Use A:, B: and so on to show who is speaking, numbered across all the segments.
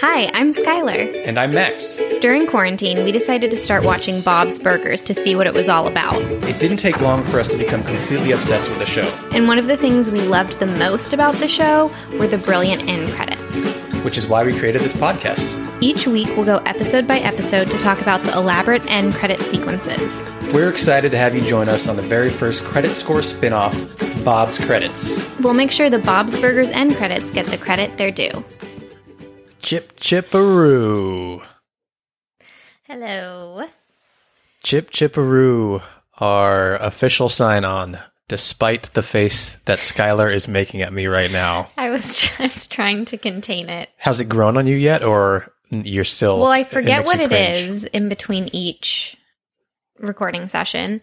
A: Hi, I'm Skylar.
B: And I'm Max.
A: During quarantine, we decided to start watching Bob's Burgers to see what it was all about.
B: It didn't take long for us to become completely obsessed with the show,
A: And one of the things we loved the most about the show were the brilliant end credits.
B: which is why we created this podcast.
A: Each week, we'll go episode by episode to talk about the elaborate end credit sequences.
B: We're excited to have you join us on the very first credit score spin-off, Bob's Credits.
A: We'll make sure the Bob's Burgers end credits get the credit they're due.
B: Chip chipperoo.
A: Hello.
B: Chip chipperoo our official sign on, despite the face that Skylar is making at me right now.
A: I was just trying to contain it.
B: Has it grown on you yet or you're still
A: Well, I
B: it
A: forget
B: makes you
A: what it
B: cringe?
A: is in between each recording session.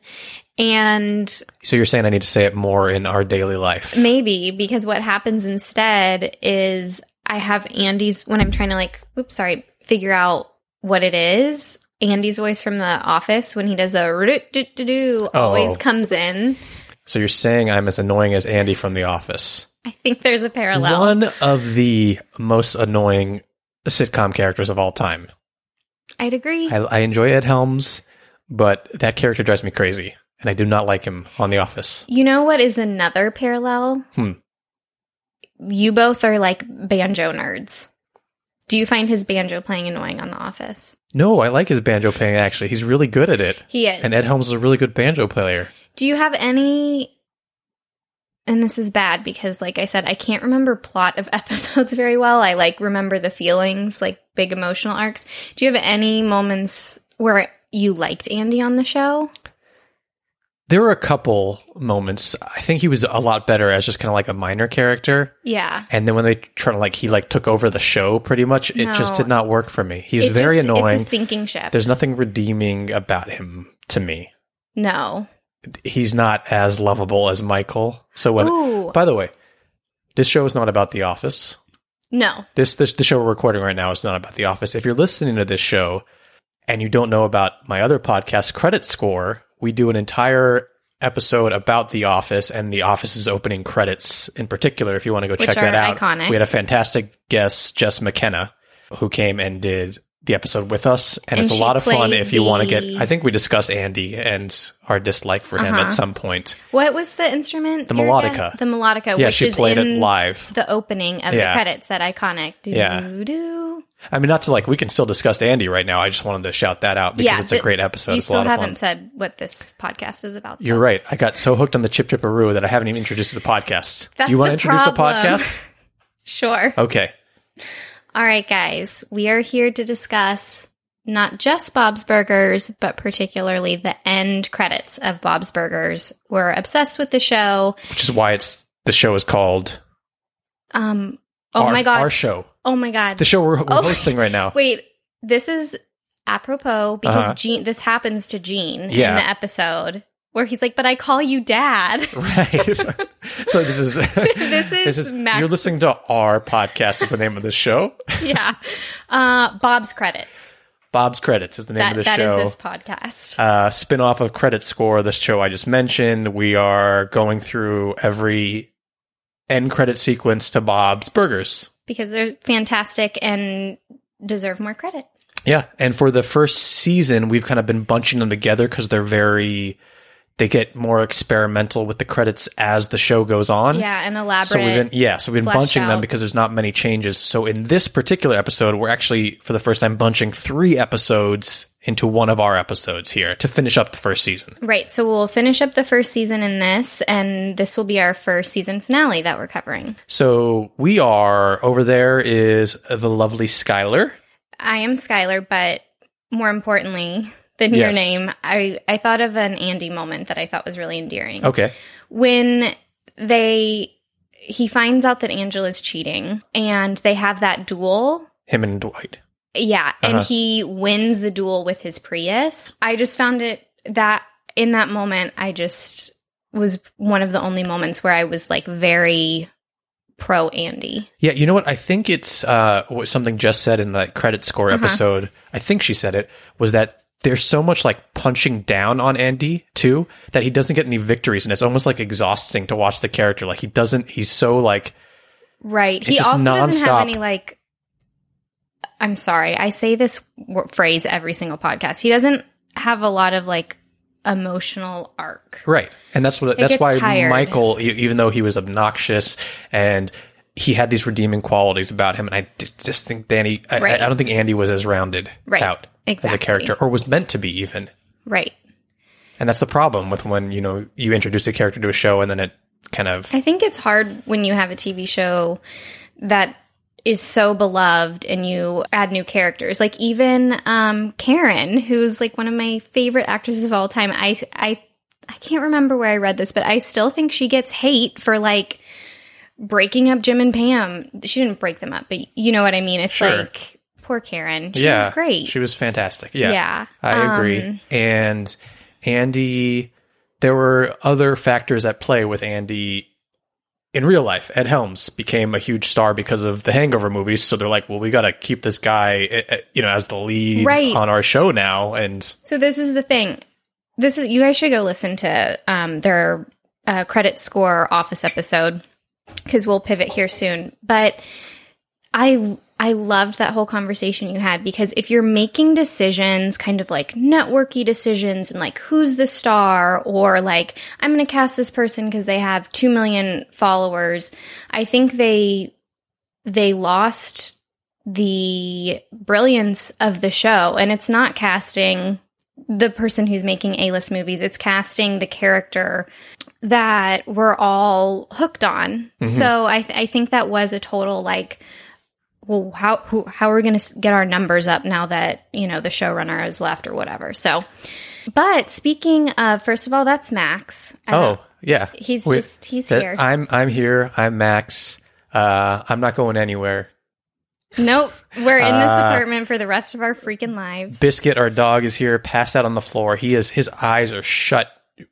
A: And
B: So you're saying I need to say it more in our daily life.
A: maybe because what happens instead is I have Andy's when I'm trying to like, oops, sorry, figure out what it is. Andy's voice from the office when he does a do always
B: Oh.
A: comes in.
B: So you're saying I'm as annoying as Andy from The Office.
A: I think there's a parallel.
B: One of the most annoying sitcom characters of all time.
A: I'd agree.
B: I, I enjoy Ed Helms, but that character drives me crazy, and I do not like him on The Office.
A: you know what is another parallel?
B: Hmm.
A: You both are like banjo nerds. Do you find his banjo playing annoying on The Office?
B: No, I like his banjo playing. Actually, he's really good at it,
A: He is.
B: and Ed Helms is a really good banjo player.
A: Do you have any? And this is bad because, like I said, I can't remember plot of episodes very well. I like remember the feelings, like big emotional arcs. Do you have any moments where you liked Andy on the show?
B: There were a couple moments. I think he was a lot better as just kind of like a minor character.
A: Yeah.
B: And then when they try to like he like took over the show pretty much, it just
A: No.
B: did not work for me. He's
A: It
B: very
A: just-
B: annoying.
A: It's a sinking ship.
B: There's nothing redeeming about him to me.
A: no.
B: He's not as lovable as Michael. So when
A: Ooh.
B: By the way, this show is not about The Office.
A: No.
B: This, this the show we're recording right now is not about The Office. If you're listening to this show and you don't know about my other podcast, Credit Score, we do an entire episode about The Office and The Office's opening credits in particular. If you want to go
A: Which
B: check that
A: are
B: out,
A: iconic.
B: we had a fantastic guest, Jess McKenna, who came and did the episode with us, and,
A: And
B: it's a
A: she
B: lot of fun.
A: played
B: If you want to
A: the-
B: get, I think we discuss Andy and our dislike for him
A: Uh-huh.
B: at some point.
A: What was the instrument?
B: The
A: you're again-
B: melodica.
A: The melodica.
B: yeah,
A: which
B: she
A: is
B: played
A: in
B: it live.
A: The opening of
B: Yeah.
A: the credits, that iconic. Doo
B: Yeah.
A: doo.
B: I mean, not to like, we can still discuss Andy right now. I just wanted to shout that out because
A: yeah,
B: it's a
A: the-
B: great episode.
A: You
B: it's a
A: still
B: lot of
A: haven't
B: fun.
A: said what this podcast is about.
B: You're right. I got so hooked on the Chip Chipperoo that I haven't even introduced the podcast.
A: That's
B: Do you want
A: the
B: to introduce
A: problem.
B: the podcast?
A: Sure.
B: Okay.
A: All right, guys, we are here to discuss not just Bob's Burgers, but particularly the end credits of Bob's Burgers. We're obsessed with the show.
B: Which is why it's the show is called.
A: Um, oh
B: our,
A: my god!
B: Our show.
A: oh my god!
B: The show we're, we're
A: Oh.
B: hosting right now.
A: Wait, this is apropos because
B: Uh-huh.
A: Gene. This happens to Gene
B: Yeah.
A: in the episode where he's like, "But I call you Dad."
B: Right. so this is.
A: This is Max-
B: You're listening to our podcast, is the name of the show.
A: yeah. Uh, Bob's credits.
B: Bob's Credits is the name
A: That
B: of the
A: that is
B: show.
A: this podcast.
B: uh, spin-off of Credit Score, the show I just mentioned. We are going through every end credit sequence to Bob's Burgers.
A: because they're fantastic and deserve more credit.
B: Yeah, and for the first season, we've kind of been bunching them together because they're very They get more experimental with the credits as the show goes on.
A: Yeah, and elaborate.
B: Hmm. So we've been yeah, so we've been
A: fleshed
B: bunching them
A: out.
B: because there's not many changes. So in this particular episode, we're actually for the first time bunching three episodes into one of our episodes here to finish up the first season.
A: Right. So we'll finish up the first season in this, and this will be our first season finale that we're covering.
B: So we are over there is the lovely Skylar.
A: I am Skylar, but more importantly than your
B: Yes.
A: name, I, I thought of an Andy moment that I thought was really endearing.
B: Okay.
A: When they he finds out that Angela's cheating and they have that duel.
B: Him and Dwight.
A: Yeah, and
B: Uh-huh.
A: he wins the duel with his Prius. I just found it that in that moment I just was one of the only moments where I was like very pro Andy.
B: Yeah, you know what? I think it's uh, what something Jess said in that credit score
A: Uh-huh.
B: episode. I think she said it was that there's so much like punching down on Andy too that he doesn't get any victories, and it's almost like exhausting to watch the character. Like he doesn't. He's so like
A: Right.
B: It's
A: he
B: just
A: also doesn't
B: nonstop.
A: have any like. I'm sorry. I say this w- phrase every single podcast. He doesn't have a lot of like emotional arc.
B: right, and that's what that's
A: gets
B: why
A: tired.
B: Michael, e- even though he was obnoxious and. He had these redeeming qualities about him, and I d- just think Danny. I, I-
A: Right.
B: I don't think Andy was as rounded
A: Right.
B: out as a
A: Exactly.
B: character, or was meant to be even.
A: Right.
B: And that's the problem with when, you know, you introduce a character to a show and then it kind of
A: I think it's hard when you have a TV show that is so beloved and you add new characters. Like even um, Karen, who's like one of my favorite actresses of all time. I I I can't remember where I read this, but I still think she gets hate for like breaking up Jim and Pam. She didn't break them up, but you know what I mean. It's
B: Sure.
A: like poor Karen. She was great.
B: She was fantastic. Yeah.
A: Yeah.
B: I agree.
A: Um,
B: and Andy there were other factors at play with Andy in real life. Ed Helms became a huge star because of the Hangover movies, so they're like, well, we got to keep this guy, eh, eh, you know, as the lead
A: Right.
B: on our show now and
A: So this is the thing. This is you guys should go listen to um, their uh, credit score office episode because we'll pivot here soon. But I I loved that whole conversation you had because if you're making decisions, kind of like networky decisions, and like who's the star, or like I'm going to cast this person because they have two million followers, I think they they lost the brilliance of the show and it's not casting the person who's making a-list movies it's casting the character that we're all hooked on
B: Mm-hmm.
A: so I, th- I think that was a total like well how who, how are we going to get our numbers up now that you know the showrunner is left or whatever so but speaking of first of all that's max I don't-
B: Oh, yeah.
A: He's
B: We-
A: just- he's
B: that-
A: here.
B: I'm I'm here. I'm Max. Uh I'm not going anywhere.
A: nope we're in this
B: Uh,
A: apartment for the rest of our freaking lives
B: Biscuit, our dog, is here, passed out on the floor. He is his eyes are shut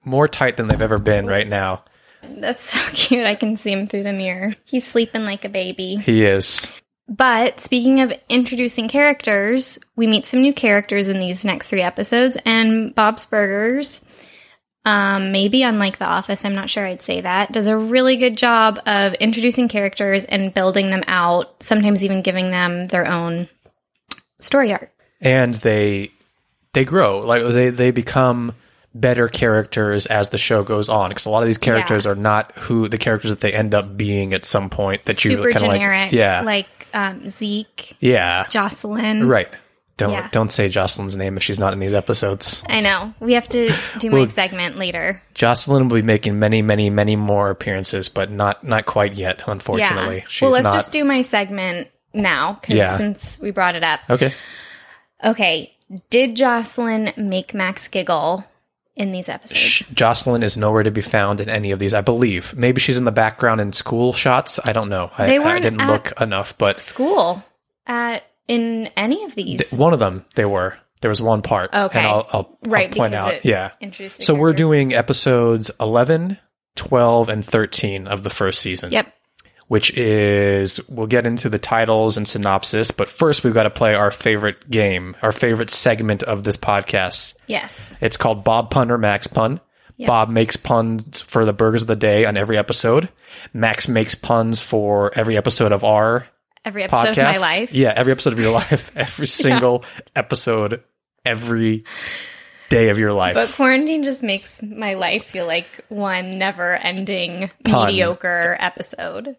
B: more tight than they've ever been right now.
A: That's so cute. I can see him through the mirror. He's sleeping like a baby.
B: He is.
A: But speaking of introducing characters, we meet some new characters in these next three episodes, and Bob's Burgers, um, maybe unlike The Office, I'm not sure I'd say that, does a really good job of introducing characters and building them out, sometimes even giving them their own story arc.
B: And they they grow. Like they they become better characters as the show goes on because a lot of these characters are not who the characters that they end up being at some point that you
A: Super
B: kind of like
A: generic,
B: yeah
A: like um, Zeke,
B: yeah
A: Jocelyn.
B: right don't
A: Yeah.
B: don't say Jocelyn's name if she's not in these episodes
A: I know. We have to do my
B: Well-
A: segment later.
B: Jocelyn will be making many many many more appearances but not not quite yet unfortunately
A: Yeah. well, let's just do my segment now 'cause
B: Yeah.
A: since we brought it up.
B: okay
A: Okay. Did Jocelyn make Max giggle in these episodes?
B: Sh- Jocelyn is nowhere to be found in any of these, I believe. Maybe she's in the background in school shots. I don't know. I,
A: They
B: I
A: weren't
B: didn't
A: at-
B: look enough, but
A: School uh, in any of these?
B: th- one of them they were. There was one part.
A: Okay.
B: And I'll, I'll, I'll
A: Right,
B: point
A: because
B: out.
A: it
B: yeah.
A: introduced a
B: So we're
A: character.
B: doing episodes 11, 12, and 13 of the first season.
A: yep.
B: Which is, we'll get into the titles and synopsis, but first we've got to play our favorite game, our favorite segment of this podcast.
A: Yes.
B: It's called Bob Pun or Max Pun. Bob makes puns for the burgers of the day on every episode. Max makes puns for every episode of our
A: Every episode of
B: podcast.
A: my life.
B: Yeah, every episode of your life, every single episode, every day of your life.
A: But quarantine just makes my life feel like one never ending
B: Pun.
A: mediocre episode.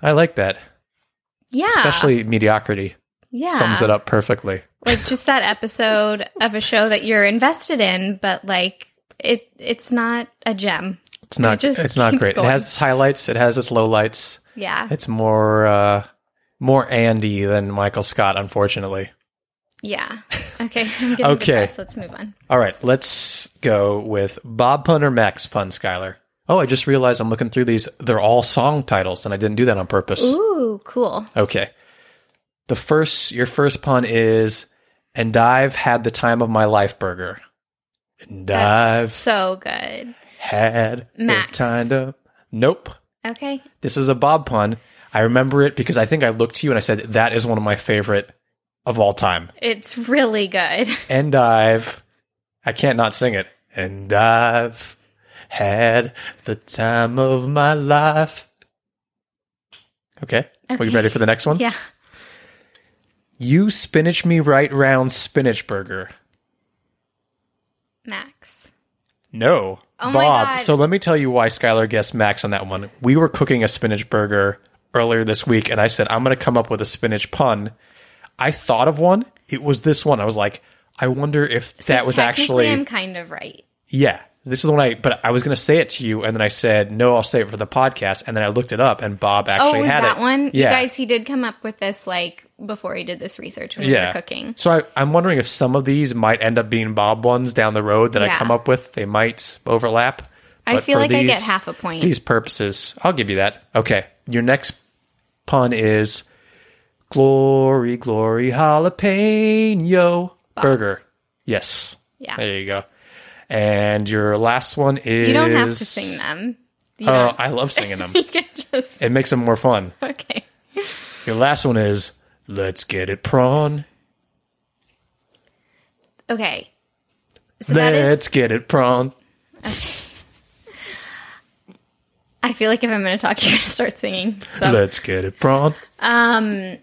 B: I like that.
A: Yeah.
B: Especially mediocrity
A: yeah.
B: sums it up perfectly.
A: Like just that episode of a show that you're invested in, but like it it's not a gem.
B: It's not.
A: just
B: it's not
A: keeps
B: great.
A: going.
B: It has its highlights. It has its lowlights.
A: Yeah.
B: It's more uh, more Andy than Michael Scott, unfortunately.
A: Yeah. Okay. I'm getting
B: Okay.
A: depressed. Let's move on.
B: All right, let's go with Bob pun or Max pun, Skylar. Oh, I just realized I'm looking through these. They're all song titles, and I didn't do that on purpose.
A: Ooh, cool.
B: Okay. The first, your first pun is, and I've had the time of my life burger. And
A: That's
B: I've
A: so good.
B: had
A: Max.
B: the time of. Nope.
A: Okay.
B: This is a Bob pun. I remember it because I think I looked to you and I said, that is one of my favorite of all time.
A: It's really good.
B: And I've, I can't not sing it. And I've had the time of my life. Okay. Are you
A: Okay.
B: ready for the next one?
A: Yeah.
B: You spinach me right round spinach burger.
A: Max.
B: No.
A: Oh my
B: Bob.
A: God.
B: So let me tell you why Skylar guessed Max on that one. We were cooking a spinach burger earlier this week, and I said, I'm going to come up with a spinach pun. I thought of one. It was this one. I was like, I wonder if
A: So
B: that was
A: technically,
B: actually.
A: I'm kind of right.
B: yeah. This is the one I, but I was going to say it to you, and then I said, no, I'll say it for the podcast. And then I looked it up, and Bob actually
A: oh, was
B: had
A: that
B: it.
A: one?
B: Yeah.
A: You guys, he did come up with this like before he did this research when we were cooking.
B: So I, I'm wondering if some of these might end up being Bob ones down the road that I
A: Yeah.
B: come up with. They might overlap.
A: I feel
B: for
A: like I get half a point.
B: These purposes, I'll give you that. Okay, your next pun is glory, glory, jalapeno burger. Yes.
A: Yeah.
B: There you go. And your last one is
A: You don't have to sing them. You
B: Oh,
A: don't-
B: I love singing them.
A: you can just
B: it makes them more fun.
A: okay.
B: Your last one is let's get it prawn.
A: Okay. So that
B: let's
A: is.
B: get it prawn.
A: I feel like if I'm going to talk, you're going to start singing. So
B: Let's get it, prawn.
A: I,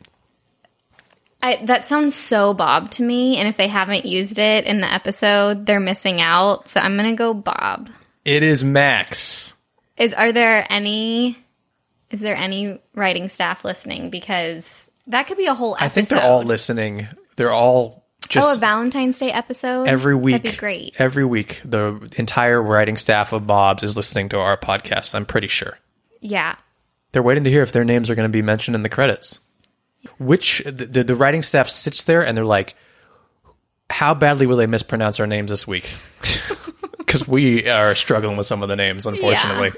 A: that sounds so Bob to me. And if they haven't used it in the episode, they're missing out. So I'm going to go Bob.
B: It is Max.
A: Is are there any? Is there any writing staff listening? Because that could be a whole. Episode.
B: I think they're all listening. They're all
A: Oh, a
B: just
A: Valentine's Day episode
B: every week.
A: That'd be great.
B: Every week, the entire writing staff of Bob's is listening to our podcast. I'm pretty sure
A: yeah.
B: they're waiting to hear if their names are going to be mentioned in the credits. Which the, the, the writing staff sits there and they're like, "How badly will they mispronounce our names this week?" Because we are struggling with some of the names, unfortunately.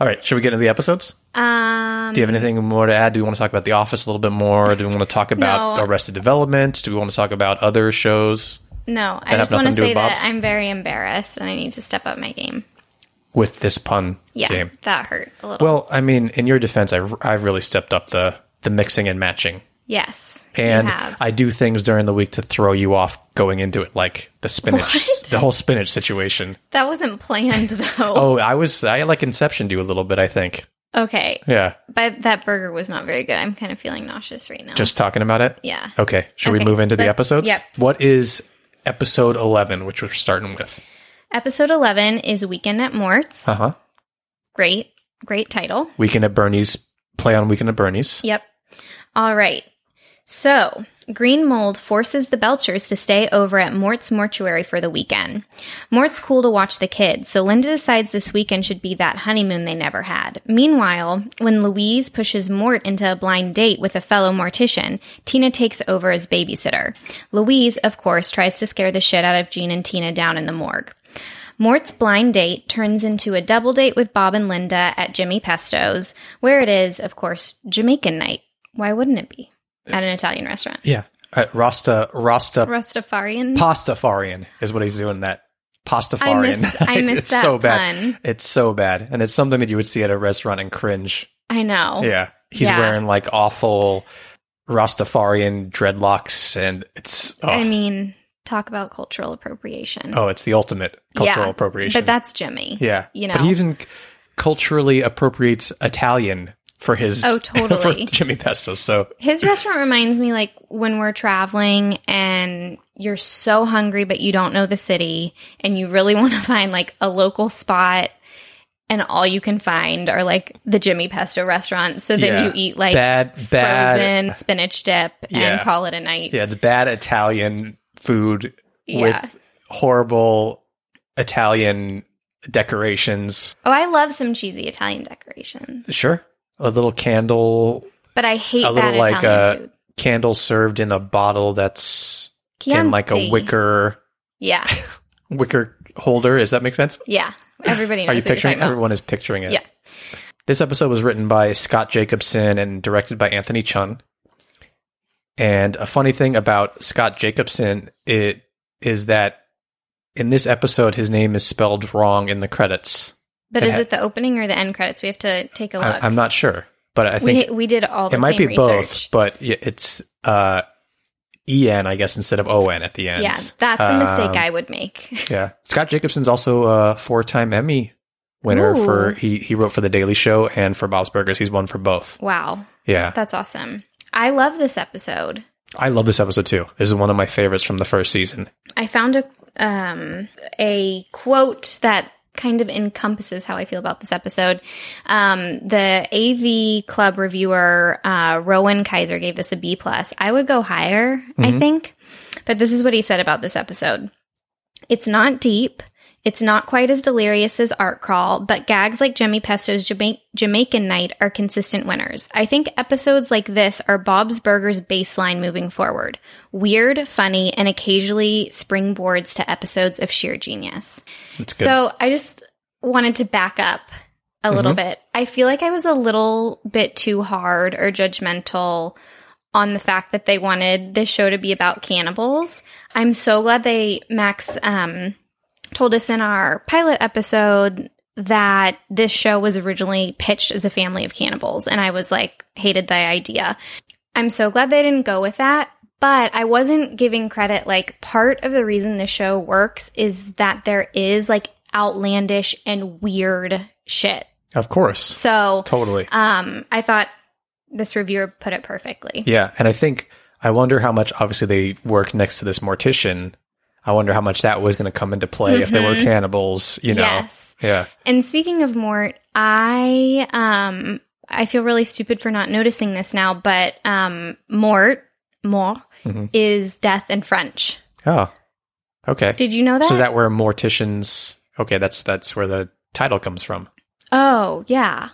B: All right, should we get into the episodes?
A: Um.
B: Do you have anything more to add? Do we want to talk about The Office a little bit more? Do we want to talk about
A: No.
B: Arrested Development? Do we want to talk about other shows
A: No, I
B: have
A: just want to
B: nothing to
A: say
B: do with
A: that
B: Bob's?
A: I'm very embarrassed and I need to step up my game.
B: with this pun
A: Yeah,
B: game?
A: that hurt a little.
B: Well, I mean, in your defense, I've, I've really stepped up the, the mixing and matching.
A: yes,
B: And
A: you have.
B: I do things during the week to throw you off going into it, like the spinach, the whole spinach situation.
A: that wasn't planned though.
B: Oh, I was, I like inceptioned you a little bit, I think.
A: Okay,
B: Yeah.
A: but that burger was not very good. I'm kind of feeling nauseous right now.
B: Just talking about it?
A: Oh. Yeah.
B: Okay. Should we
A: Okay,
B: move into the
A: let-
B: episodes?
A: yep.
B: What is episode 11, which we're starting with?
A: Episode 11 is Weekend at Mort's.
B: Uh huh.
A: Great, great title.
B: Weekend at Bernie's play on Weekend at Bernie's.
A: Yep. All right. So, green mold forces the Belchers to stay over at Mort's mortuary for the weekend. Mort's cool to watch the kids, so Linda decides this weekend should be that honeymoon they never had. Meanwhile, when Louise pushes Mort into a blind date with a fellow mortician, Tina takes over as babysitter. Louise, of course, tries to scare the shit out of Jean and Tina down in the morgue. Mort's blind date turns into a double date with Bob and Linda at Jimmy Pesto's, where it is, of course, Jamaican night. Why wouldn't it be? At an Italian restaurant.
B: Yeah. Uh, Rasta Rasta
A: Rastafarian.
B: Pastafarian is what he's doing that. Pastafarian.
A: missed- I missed
B: it's
A: that
B: so bad.
A: pun.
B: It's so bad. And it's something that you would see at a restaurant and cringe.
A: I know.
B: Yeah. He's
A: Oh, Yeah.
B: wearing like awful Rastafarian dreadlocks and it's oh,
A: I mean, talk about cultural appropriation.
B: oh it's the ultimate cultural
A: Yeah,
B: appropriation.
A: But that's Jimmy.
B: yeah.
A: You know.
B: But he even c- culturally appropriates Italian for his
A: Oh,
B: for
A: totally.
B: Jimmy Pesto. So
A: His restaurant reminds me like when we're traveling and you're so hungry but you don't know the city and you really want to find like a local spot and all you can find are like the Jimmy Pesto restaurants. So then
B: Yeah.
A: you eat like
B: Bad-
A: frozen
B: bad-
A: spinach dip and
B: Yeah.
A: call it a night.
B: Yeah, it's bad Italian food
A: Yeah.
B: with horrible Italian decorations.
A: Oh, I love some cheesy Italian decorations,
B: Sure. A little candle,
A: but I hate bad
B: a little like uh,
A: Italian
B: a
A: food.
B: candle served in a bottle that's in like a
A: Chianti.
B: wicker
A: Yeah,
B: wicker holder. Does that make sense?
A: yeah. Everybody knows.
B: Are you
A: what you're
B: picturing?
A: talking about.
B: Everyone is picturing it.
A: Yeah.
B: This episode was written by Scott Jacobson and directed by Anthony Chung. And a funny thing about Scott Jacobson it is that in this episode his name is spelled wrong in the credits.
A: But
B: It
A: is
B: ha-
A: it the opening or the end credits? We have to take a look.
B: I, am not sure, but I
A: we
B: think
A: we did all the
B: it might be
A: same
B: both.
A: research.
B: But y- it's uh, en, I guess, instead of on at the end.
A: yeah, that's a mistake
B: Um,
A: I would make.
B: Yeah, Scott Jacobson's also a four-time Emmy winner
A: Ooh.
B: for he he wrote for The Daily Show and for Bob's Burgers. He's won for both.
A: wow,
B: Yeah,
A: that's awesome. I love this episode.
B: I love this episode too. This is one of my favorites from the first season.
A: I found a um, a quote that kind of encompasses how I feel about this episode. Um, the AV Club reviewer uh, Rowan Kaiser gave this a B plus. I would go higher,
B: Mm-hmm.
A: I think, but this is what he said about this episode. It's not deep. It's not quite as delirious as Art Crawl, but gags like Jimmy Pesto's Jama- Jamaican Night are consistent winners. I think episodes like this are Bob's Burgers baseline moving forward. Weird, funny, and occasionally springboards to episodes of sheer genius.
B: That's good.
A: So I just wanted to back up a little
B: Mm-hmm.
A: bit. I feel like I was a little bit too hard or judgmental on the fact that they wanted this show to be about cannibals. I'm so glad they Max um, told us in our pilot episode that this show was originally pitched as a family of cannibals, and I was like hated the idea. I'm so glad they didn't go with that. But I wasn't giving credit. Like, part of the reason the show works is that there is like outlandish and weird shit.
B: of course,
A: So,
B: totally.
A: um, I thought this reviewer put it perfectly.
B: Yeah, and I think I wonder how much. Obviously, they work next to this mortician. I wonder how much that was going to come into play if they were cannibals. You know.
A: Mm-hmm. Yes.
B: Yeah.
A: And speaking of Mort, I um I feel really stupid for not noticing this now, but um Mort Mort
B: Mm-hmm.
A: is death in French.
B: Oh. Okay.
A: Did you know that?
B: So is that where morticians? Okay, that's that's where the title comes from.
A: oh yeah,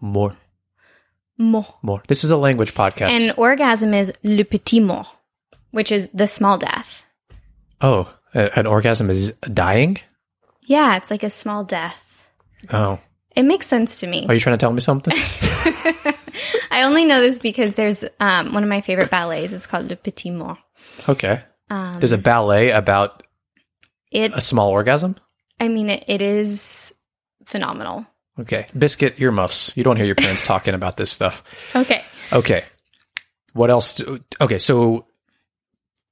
B: More,
A: Mort.
B: more. This is a language podcast.
A: And orgasm is le petit mort, which is the small death.
B: oh, a- an orgasm is dying.
A: Yeah, it's like a small death.
B: Oh,
A: It makes sense to me.
B: are you trying to tell me something?
A: I only know this because there's um, one of my favorite ballets. It's called Le Petit Mort.
B: okay.
A: Um,
B: There's a ballet about
A: it?
B: a small orgasm.
A: I mean, it, it is phenomenal.
B: Okay, biscuit earmuffs. You don't hear your parents talking about this stuff.
A: Okay.
B: Okay. What else? Do, okay, so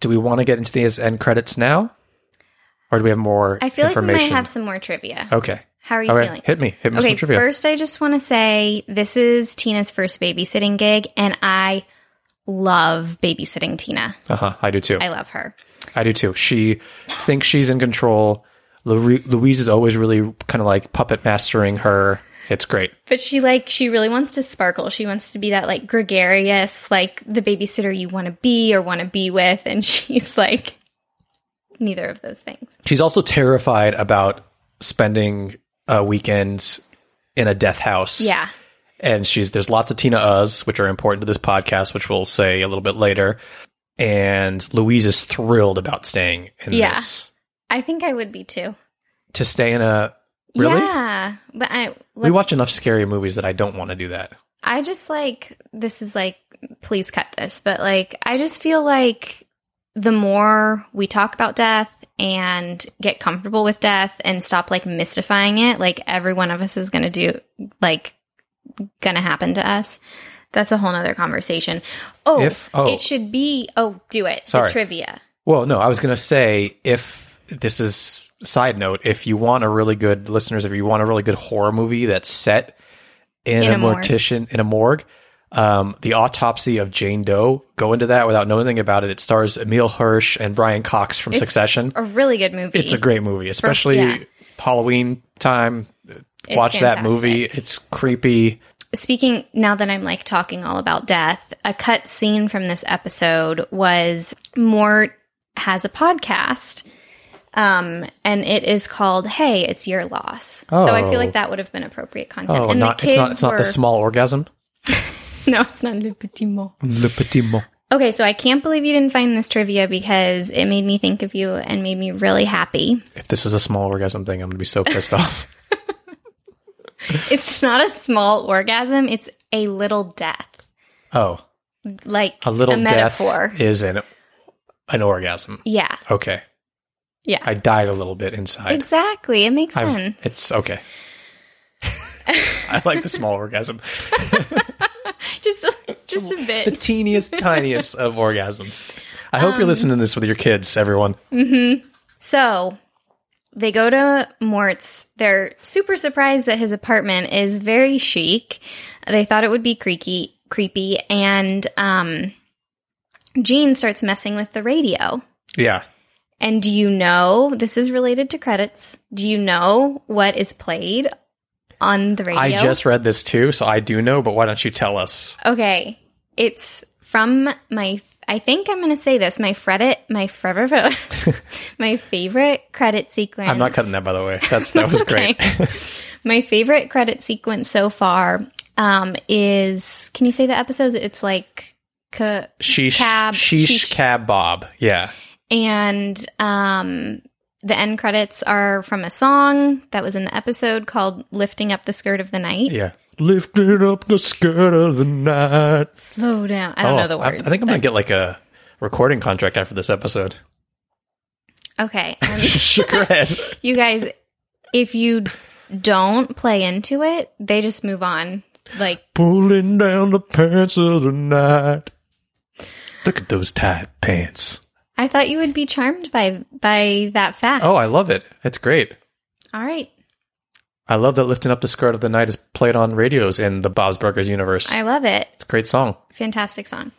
B: do we want to get into these end credits now, or do we have more?
A: I feel like we
B: information?
A: might have some more trivia.
B: Okay.
A: How are you
B: All right,
A: feeling?
B: hit me. Hit me with
A: okay,
B: some trivia.
A: first, I just want to say this is Tina's first babysitting gig, and I love babysitting Tina.
B: Uh huh. I do too.
A: I love her.
B: I do too. She thinks she's in control. Lu- Louise is always really kind of like puppet mastering her. It's great.
A: But she like she really wants to sparkle. She wants to be that like gregarious, like the babysitter you want to be or want to be with, and she's like neither of those things.
B: She's also terrified about spending a weekend in a death house.
A: Yeah.
B: And she's there's lots of Tina Us, which are important to this podcast, which we'll say a little bit later. And Louise is thrilled about staying in
A: Yeah.
B: this.
A: I think I would be too.
B: To stay in a really?
A: Yeah. But I
B: We watch enough scary movies that I don't want to do that.
A: I just like this is like please cut this, but like I just feel like the more we talk about death and get comfortable with death and stop like mystifying it, like every one of us is gonna do like gonna happen to us. That's a whole nother conversation. Oh,
B: If- oh.
A: it should be oh, do it.
B: Sorry.
A: The trivia.
B: Well, no, I was going to say if this is side note, if you want a really good listeners, if you want a really good horror movie that's set in,
A: In
B: a,
A: a morgue.
B: mortician in a morgue, um, the autopsy of Jane Doe. Go into that without knowing anything about it. It stars Emil Hirsch and Brian Cox from
A: It's
B: Succession.
A: A really good movie.
B: It's a great movie, especially
A: yeah.
B: Halloween time.
A: It's
B: Watch that movie.
A: fantastic.
B: It's creepy.
A: Speaking now that I'm like talking all about death, a cut scene from this episode was Mort has a podcast. Um, and it is called "Hey, It's Your Loss." So I feel
B: Oh.
A: like that would have been appropriate content.
B: Oh,
A: and
B: not
A: the kids
B: it's not it's not
A: were-
B: the small orgasm.
A: No, it's not le petit mot.
B: Le petit mot.
A: Okay, so I can't believe you didn't find this trivia because it made me think of you and made me really happy.
B: If this is a small orgasm thing, I'm gonna be so pissed off.
A: It's not a small orgasm; it's a little death,
B: Oh,
A: like
B: a little
A: metaphor.
B: death is an an orgasm.
A: yeah,
B: Okay,
A: yeah,
B: I died a little bit inside.
A: exactly. It makes
B: I've-
A: sense.
B: It's okay. I like the small orgasm,
A: just just a
B: the
A: bit.
B: teeniest, tiniest of orgasms. I hope
A: Um,
B: you're listening to this with your kids, everyone.
A: So they go to Mort's. They're super surprised that his apartment is very chic. They thought it would be creaky, creepy, and um, Gene starts messing with the radio.
B: Yeah,
A: And do you know this is related to credits? Do you know what is played on the radio?
B: I just read this too, so I do know. But why don't you tell us?
A: okay. It's from my. I think I'm going to say this. My Reddit, my forever, my favorite credit sequence.
B: I'm not cutting that, by the way. That's that was great.
A: my favorite credit sequence so far um, is. Can you say the episodes? It's like. Ca-
B: Sheesh,
A: Cab-
B: sheesh,
A: sheesh.
B: cab, Bob. Yeah,
A: and um, the end credits are from a song that was in the episode called "Lifting Up the Skirt of the Night."
B: yeah. Lifting up the skirt of the night.
A: Slow down. Oh, I don't know the
B: Oh, I,
A: words.
B: I think I'm gonna
A: but-
B: get like a recording contract after this episode.
A: Okay, um,
B: Shook her head.
A: you guys, if you don't play into it, they just move on. Like
B: Pulling down the pants of the night. Look at those tight pants.
A: I thought you would be charmed by by that fact.
B: Oh, I love it. It's great.
A: all right.
B: I love that lifting up the skirt of the night is played on radios in the Bob's Burgers universe.
A: I love it.
B: it's a great song.
A: Fantastic song.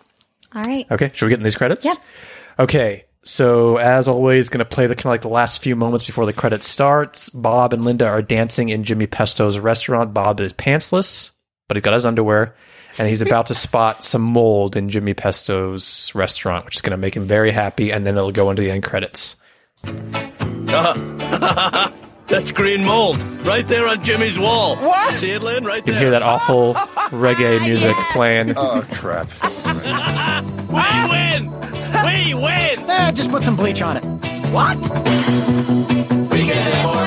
A: All right.
B: Okay, should we get in these credits?
A: Yep.
B: Okay, so as always, going to play the kind of like the last few moments before the credits starts. Bob and Linda are dancing in Jimmy Pesto's restaurant. Bob is pantsless, but he's got his underwear, and he's about to spot some mold in Jimmy Pesto's restaurant, which is going to make him very happy, and then it'll go into the end credits.
C: That's green mold right there on Jimmy's wall. What? See it, Lynn? Right
B: You
C: there.
B: can hear that awful reggae music playing.
D: Oh, crap.
C: We win! We win!
D: Eh, just put some bleach on it.
C: What?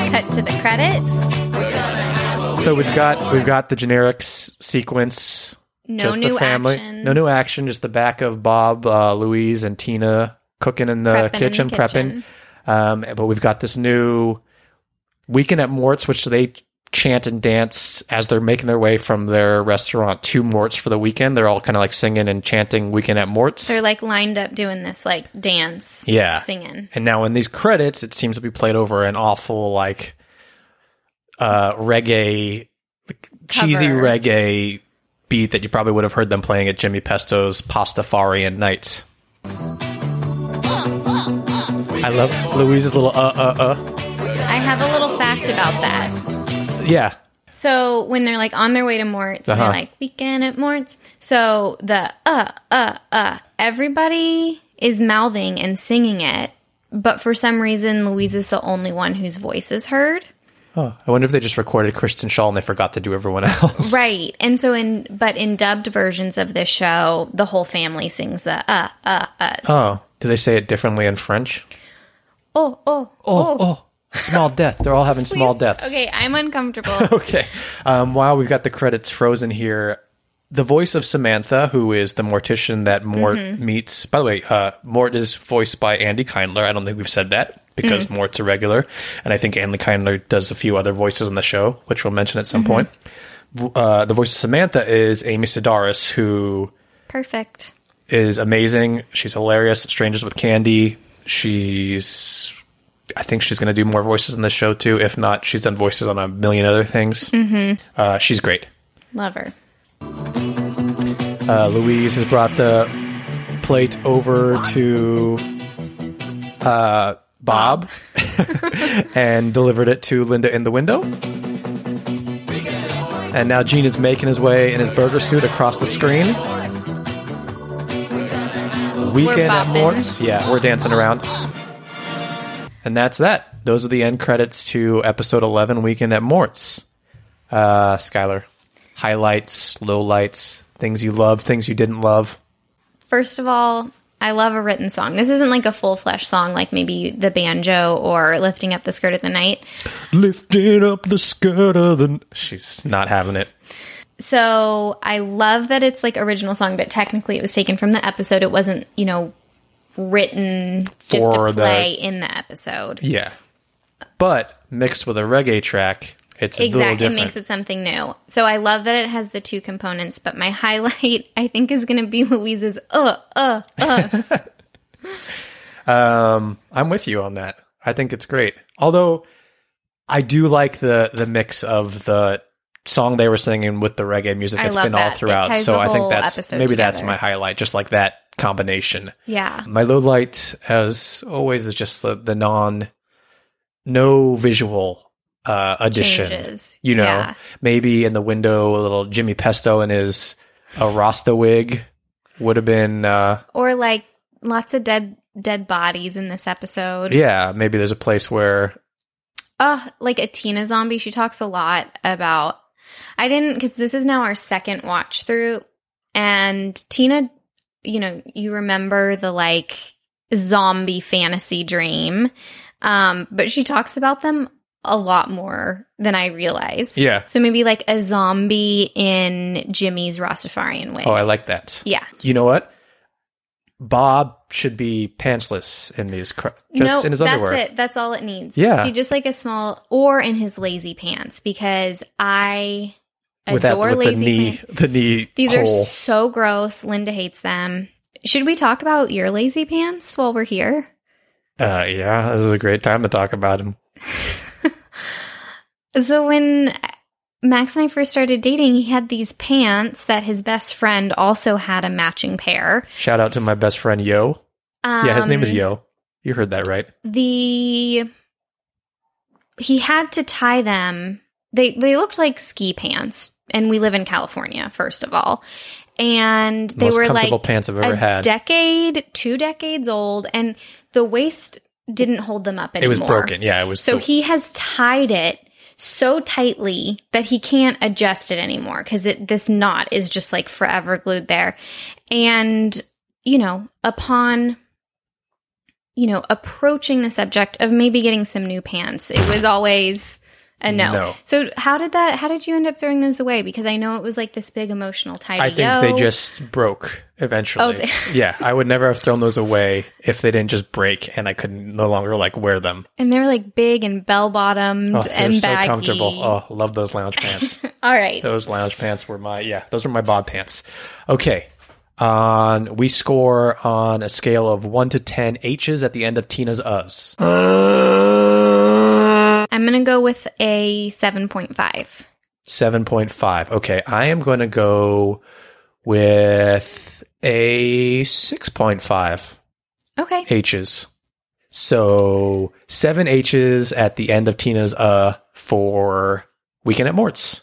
A: Cut to the credits.
B: So we've got we've got the generics sequence.
A: No
B: just
A: new
B: the family.
A: actions.
B: No new action. Just the back of Bob, uh, Louise, and Tina cooking in the
A: Prepping in the
B: kitchen,
A: kitchen.
B: prepping. Um, but we've got this new weekend at Mort's, which they chant and dance as they're making their way from their restaurant to Mort's for the weekend. They're all kind of like singing and chanting "Weekend at Mort's."
A: They're like lined up doing this like dance.
B: Yeah.
A: Singing.
B: And now in these credits, it seems to be played over an awful like uh reggae, cheesy
A: Cover.
B: reggae beat that you probably would have heard them playing at Jimmy Pesto's Pastafarian Nights. I love Louise's little uh uh
A: I have a little fact about that.
B: uh. Yeah.
A: So when they're like on their way to Mort's, and
B: Uh-huh.
A: they're like weekend at Mort's. So the uh uh uh, everybody is mouthing and singing it, but for some reason Louise is the only one whose voice is heard.
B: Oh, I wonder if they just recorded Kristen Shaw and they forgot to do everyone else.
A: Right, and so in but in dubbed versions of this show, the whole family sings the uh uh uh
B: Oh, do they say it differently in French?
A: oh oh oh.
B: oh. Small death. They're all having small
A: Please-
B: deaths.
A: Okay, I'm uncomfortable.
B: Okay. Um, while we've got the credits frozen here, the voice of Samantha, who is the mortician that Mort meets. By the way, uh, Mort is voiced by Andy Kindler. I don't think we've said that because Mort's a regular, and I think Andy Kindler does a few other voices on the show, which we'll mention at some point. V- Uh, the voice of Samantha is Amy Sedaris, who
A: Perfect.
B: is amazing. She's hilarious. Strangers with Candy. She's. I think she's going to do more voices in this show too. If not, she's done voices on a million other things. Mm-hmm. Uh, she's great.
A: Love her.
B: Uh, Louise has brought the plate over to uh, Bob and delivered it to Linda in the window. And now Gene is making his way in his burger suit across the screen. Weekend at
A: bopping.
B: Mort's. Yeah, we're dancing around. And that's that. Those are the end credits to episode 11, Weekend at Mort's. Uh, Skylar, highlights, lowlights, things you love, things you didn't love.
A: First of all, I love a written song. This isn't like a full flesh song like maybe the banjo or lifting up the skirt of the night.
B: Lifting up the skirt of the. She's not having it.
A: So I love that it's like original song, but technically it was taken from the episode. It wasn't, you know, written just
B: For
A: to
B: the-
A: play in the episode.
B: Yeah. But mixed with a reggae track, it's a little
A: Exactly. It
B: different.
A: makes it something new. So I love that it has the two components, but my highlight I think is gonna be Louise's uh uh uh
B: I'm with you on that. I think it's great. Although I do like the the mix of the song they were singing with the reggae music
A: I
B: that's
A: love
B: been all
A: that. It
B: throughout.
A: ties
B: So
A: the
B: I think
A: whole
B: that's
A: episode
B: maybe that's
A: together.
B: my highlight, just like that combination.
A: Yeah.
B: My low light, as always, is just the, the non, no visual uh, addition.
A: Changes.
B: You know,
A: Yeah.
B: maybe in the window, a little Jimmy Pesto and his a Rasta wig would have been. Uh,
A: Or like lots of dead dead bodies in this episode.
B: yeah, maybe there's a place where
A: Oh, like a Tina zombie. She talks a lot about. I didn't because this is now our second watch through, and Tina, you know, you remember the like zombie fantasy dream, um, but she talks about them a lot more than I realized.
B: Yeah.
A: So maybe like a zombie in Jimmy's Rastafarian wig.
B: Oh, I like that.
A: yeah.
B: You know what? Bob should be pantsless in these, cr-
A: no,
B: just in his
A: that's
B: underwear.
A: it. That's all it needs.
B: Yeah.
A: See, just like a small or in his lazy pants because I
B: With that,
A: adore
B: with the
A: lazy
B: knee,
A: pants.
B: the knee
A: These
B: hole.
A: are so gross. Linda hates them. Should we talk about your lazy pants while we're here?
B: uh, yeah, this is a great time to talk about him.
A: So when Max and I first started dating, he had these pants that his best friend also had a matching pair.
B: Shout out to my best friend Yo.
A: Um,
B: yeah, his name is Yo. You heard that right?
A: the he had to tie them they they looked like ski pants and we live in california first of all and they
B: Most
A: were
B: comfortable
A: like
B: pants I've ever
A: a
B: had.
A: decade two decades old and the waist didn't hold them up
B: It
A: anymore
B: was broken. Yeah, it was.
A: so
B: the-
A: he has tied it so tightly that he can't adjust it anymore because it this knot is just like forever glued there. And you know, upon you know approaching the subject of maybe getting some new pants, it was always a no.
B: No.
A: So how did that? How did you end up throwing those away? Because I know it was like this big emotional tie. to
B: I think
A: yo.
B: they just broke eventually.
A: Oh, they-
B: yeah, I would never have thrown those away if they didn't just break and I could no longer like wear them.
A: and they're like big and bell bottomed
B: Oh, they're
A: and
B: so
A: baggy.
B: comfortable. Oh, love those lounge pants.
A: All right.
B: Those lounge pants were my yeah. Those were my bob pants. Okay. On we score on a scale of one to ten H's at the end of Tina's us.
A: I'm gonna go with a seven point five.
B: Seven point five. Okay, I am going to go with a six point five
A: Okay.
B: H's. So seven H's at the end of Tina's uh for weekend at Mort's.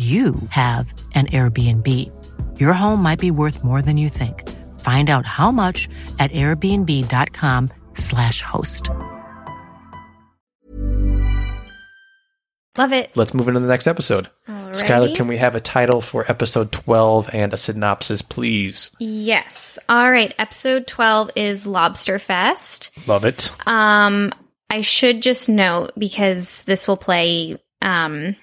E: you have an Airbnb. Your home might be worth more than you think. Find out how much at airbnb.com/slash host.
A: Love it.
B: Let's move into the next episode.
A: Alrighty.
B: Skylar, can we have a title for episode 12 and a synopsis, please?
A: Yes. All right. Episode 12 is Lobster Fest.
B: Love it.
A: Um, I should just note because this will play um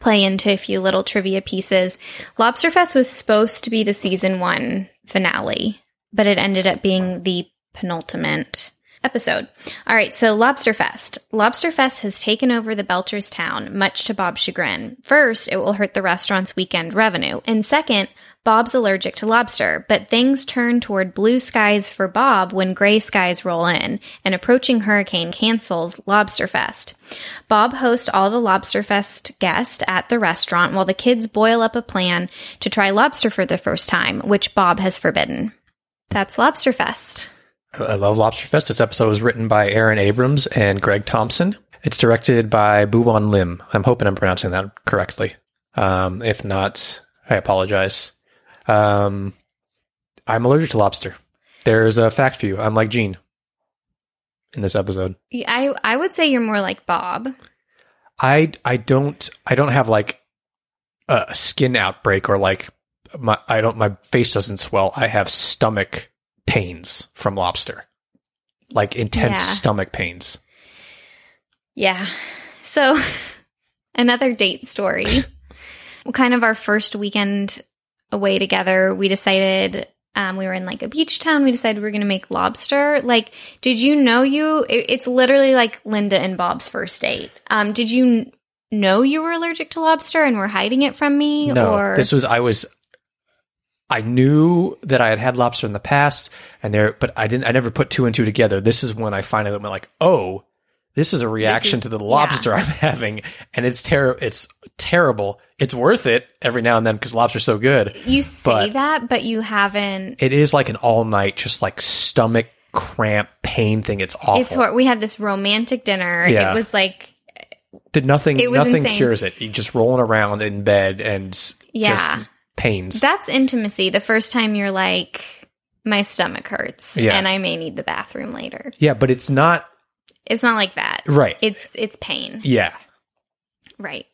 A: play into a few little trivia pieces. Lobsterfest was supposed to be the season 1 finale, but it ended up being the penultimate episode. All right, so Lobsterfest. Lobsterfest has taken over the Belcher's town, much to Bob's chagrin. First, it will hurt the restaurant's weekend revenue, and second, Bob's allergic to lobster, but things turn toward blue skies for Bob when gray skies roll in. An approaching hurricane cancels Lobsterfest. Bob hosts all the Lobsterfest guests at the restaurant while the kids boil up a plan to try lobster for the first time, which Bob has forbidden. That's Lobsterfest.
B: I I love Lobster Fest. This episode was written by Aaron Abrams and Greg Thompson. It's directed by Buwon Lim. I'm hoping I'm pronouncing that correctly. Um, if not, I apologize. Um, I'm allergic to lobster. There's a fact for you. I'm like Gene in this episode.
A: I, I would say you're more like Bob.
B: I I don't I don't have like a skin outbreak or like my I don't my face doesn't swell. I have stomach pains from lobster. Like intense
A: Yeah.
B: stomach pains.
A: Yeah. So, another date story. Well, kind of our first weekend away together, we decided um, we were in like a beach town. We decided we were going to make lobster. Like, did you know you? It, it's literally like Linda and Bob's first date. Um, did you n- know you were allergic to lobster and were hiding it from me?
B: No,
A: or
B: this was I was. I knew that I had had lobster in the past, and there, but I didn't. I never put two and two together. This is when I finally went like, oh, this is a reaction
A: is-
B: to the lobster
A: yeah.
B: I'm having, and it's terrible. It's terrible. It's worth it every now and then because lobster's so good.
A: you say
B: but-
A: that, but you haven't.
B: It is like an all night, just like stomach cramp pain thing. It's awful.
A: It's hor- we had this romantic dinner.
B: Yeah.
A: It was like
B: Did nothing.
A: it was
B: nothing
A: insane.
B: cures it. You just rolling around in bed and yeah,
A: Yeah.
B: just pains.
A: That's intimacy. The first time you're like, my stomach hurts
B: Yeah.
A: and I may need the bathroom later.
B: yeah, but it's not
A: It's not like that.
B: right.
A: It's it's pain.
B: yeah.
A: Right.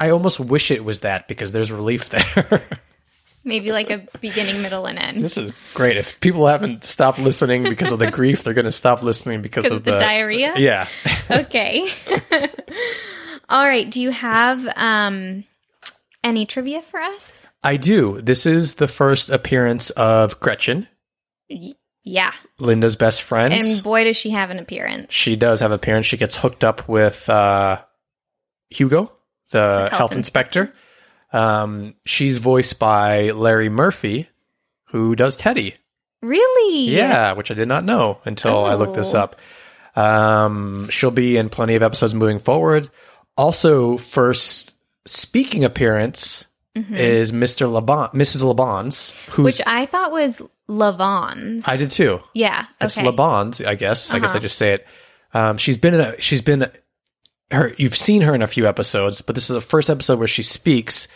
B: I almost wish it was that because there's relief there.
A: Maybe like a beginning, middle, and end.
B: this is great. If people haven't stopped listening because of the grief, they're going to stop listening because
A: Because
B: of
A: of the diarrhea?
B: Yeah.
A: Okay. All right. Do you have um any trivia for us?
B: I do. This is the first appearance of Gretchen,
A: Yeah.
B: Linda's best friend.
A: And boy does she have an appearance.
B: she does have appearance. She gets hooked up with uh, Hugo, the, health,
A: health
B: inspector. Um, she's voiced by Larry Murphy, who does Teddy.
A: Really?
B: Yeah, which I did not know until I looked this
A: Oh.
B: up. Um, she'll be in plenty of episodes moving forward. Also, first speaking appearance
A: Mhm.
B: is Mr. Laban, Mrs. Laban's, who's
A: which I thought was Lavon's.
B: I did too.
A: Yeah.
B: It's
A: Okay.
B: Laban's, I guess. I guess
A: Uh-huh.
B: I just say it. Um, she's been in a, she's been her. You've seen her in a few episodes, but this is the first episode where she speaks.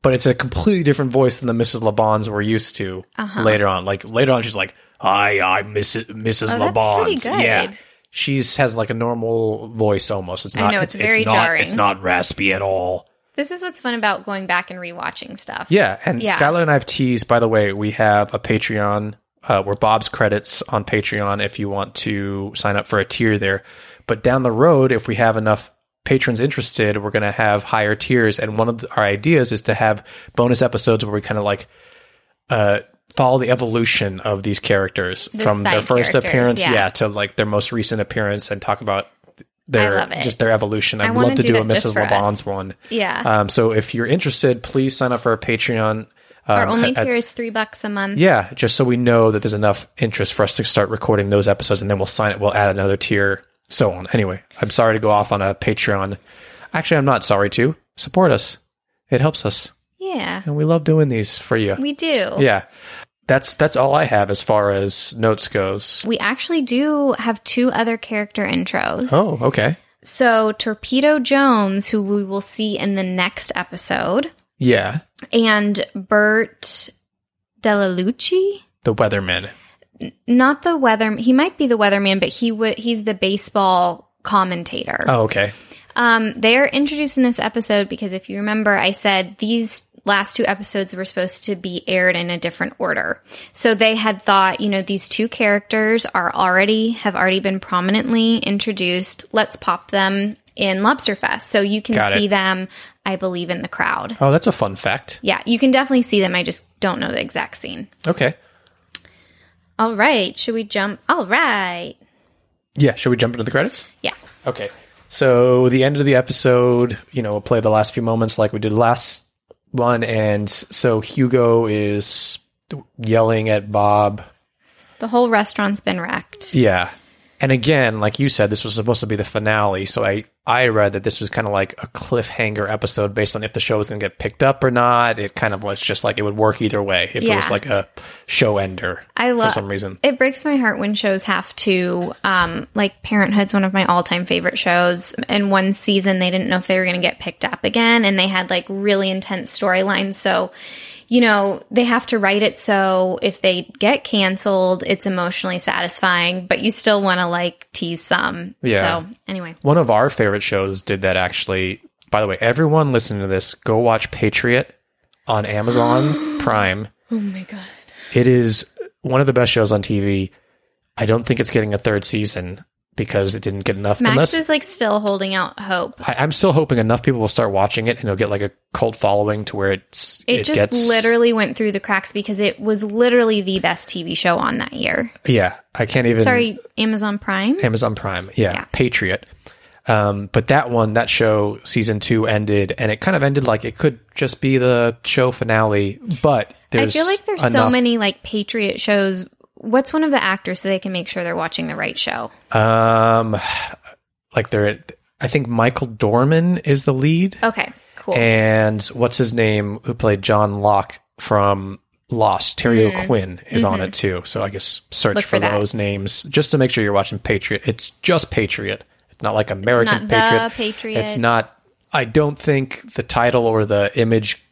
B: But it's a completely different voice than the Mrs. Laban's we're used to
A: Uh-huh.
B: later on. Like later on, she's like, "Hi, I'm Mrs. Mrs.
A: Oh, that's pretty
B: Laban's." Yeah,
A: good.
B: she's has like a normal voice almost. It's
A: I
B: not.
A: know, it's very
B: not,
A: jarring.
B: It's not raspy at all.
A: This is what's fun about going back and rewatching stuff.
B: Yeah, and
A: Yeah.
B: Skylar and I have teased. By the way, we have a Patreon uh, where Bob's credits on Patreon. If you want to sign up for a tier there, but down the road, if we have enough patrons interested, we're going to have higher tiers. And one of the, our ideas is to have bonus episodes where we kind of like uh, follow the evolution of these characters
A: The
B: from their
A: side
B: first
A: characters,
B: appearance,
A: yeah.
B: yeah. to like their most recent appearance, and talk about
A: I
B: their
A: love it.
B: just their evolution.
A: I
B: I'd
A: wanna
B: love to
A: do
B: do, a
A: that just
B: Mrs.
A: for us.
B: LeBon's one.
A: Yeah.
B: Um, so if you're interested, please sign up for our Patreon.
A: Our
B: um,
A: only
B: at-
A: tier is three bucks a month.
B: yeah, just so we know that there's enough interest for us to start recording those episodes, and then we'll sign it. We'll add another tier, so on. Anyway, I'm sorry to go off on a Patreon. Actually, I'm not sorry to support us. It helps us,
A: Yeah.
B: and we love doing these for you.
A: We do.
B: Yeah, that's that's all I have as far as notes goes.
A: We actually do have two other character intros.
B: Oh, okay.
A: So Torpedo Jones, who we will see in the next episode,
B: Yeah,
A: and Bert Delalucci.
B: the weatherman.
A: Not the weather. He might be the weatherman, but he w- he's the baseball commentator.
B: Oh, okay.
A: Um, they are introduced in this episode because if you remember, I said these last two episodes were supposed to be aired in a different order. So they had thought, you know, these two characters are already have already been prominently introduced. Let's pop them in Lobster Fest. So you can
B: Got it.
A: see them, I believe, in the crowd.
B: Oh, that's a fun fact.
A: Yeah, you can definitely see them. I just don't know the exact scene.
B: Okay.
A: All right, should we jump? All right.
B: Yeah, should we jump into the credits?
A: Yeah.
B: Okay. So the end of the episode, you know, we'll play the last few moments like we did last one, and so Hugo is yelling at Bob.
A: The whole restaurant's been wrecked.
B: Yeah. And again, like you said, this was supposed to be the finale. So I, I read that this was kind of like a cliffhanger episode based on if the show was going to get picked up or not. It kind of was just like it would work either way if it was
A: Yeah.
B: like a show ender
A: I love
B: for some reason.
A: It breaks my heart when shows have to, um, like Parenthood's one of my all-time favorite shows. And one season they didn't know if they were going to get picked up again, and they had like really intense storylines. So, you know, they have to write it so if they get canceled, it's emotionally satisfying, but you still want to like tease some.
B: Yeah.
A: So anyway,
B: One of our favorite shows did that actually. By the way, everyone listening to this, go watch Patriot on Amazon Prime.
A: oh my god,
B: It is one of the best shows on TV. I don't think it's getting a third season because it didn't get enough.
A: Max
B: unless
A: is like still holding out hope.
B: I, I'm still hoping enough people will start watching it and it'll get like a cult following to where it's
A: It, just
B: gets,
A: literally went through the cracks because it was literally the best TV show on that year.
B: Yeah, I can't even.
A: Sorry, Amazon Prime.
B: Amazon Prime. Yeah, Patriot. Um, but that one, that show, season two ended, and it kind of ended like it could just be the show finale. But
A: I
B: there's
A: feel like there's so
B: enough-
A: many like Patriot shows. What's one of the actors so they can make sure they're watching the right show?
B: Um, like there, I think Michael Dorman is the lead,
A: Okay, cool.
B: and what's his name who played John Locke from Lost, Terry
A: Hmm.
B: O'Quinn is on
A: Mhm.
B: it too. So I guess search
A: Look for
B: for,
A: that.
B: those names just to make sure you're watching Patriot. It's just Patriot. It's not like
A: Not
B: American
A: The
B: Patriot.
A: Patriot.
B: It's not. I don't think the title or the image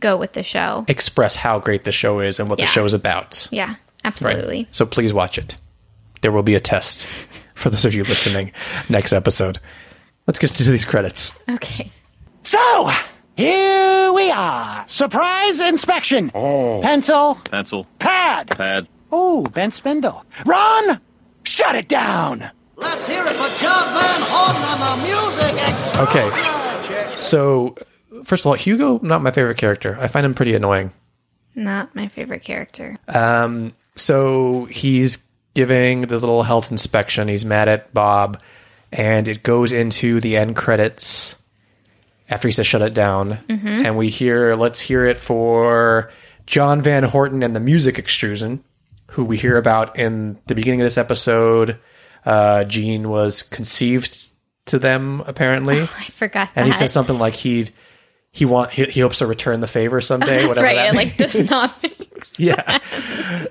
A: Go with the show.
B: express how great the show is and what
A: Yeah.
B: the show is about.
A: Yeah,
B: Right.
A: absolutely.
B: So please watch it. There will be a test for those of you listening next episode. Let's get into these credits.
A: Okay.
D: So, here we are. Ah, Surprise inspection. Oh. Pencil.
C: Pencil.
D: Pad.
C: Pad.
D: Ooh, Ben Spindle. Ron, shut it down.
F: Let's hear it for John Van Horn on the music extra.
B: Okay. So, first of all, Hugo, not my favorite character. I find him pretty annoying.
A: Not my favorite character.
B: Um, so he's giving the little health inspection. He's mad at Bob, and it goes into the end credits after he says shut it down.
A: Mhm.
B: And we hear, let's hear it for John Van Horton and the music extrusion, who we hear about in the beginning of this episode. Uh, Gene was conceived to them, apparently
A: I forgot that. Uh-huh.
B: and he says something like he'd he want he, he hopes to return the favor someday.
A: that's
B: whatever
A: right.
B: That
A: it like
B: means.
A: does not.
B: yeah.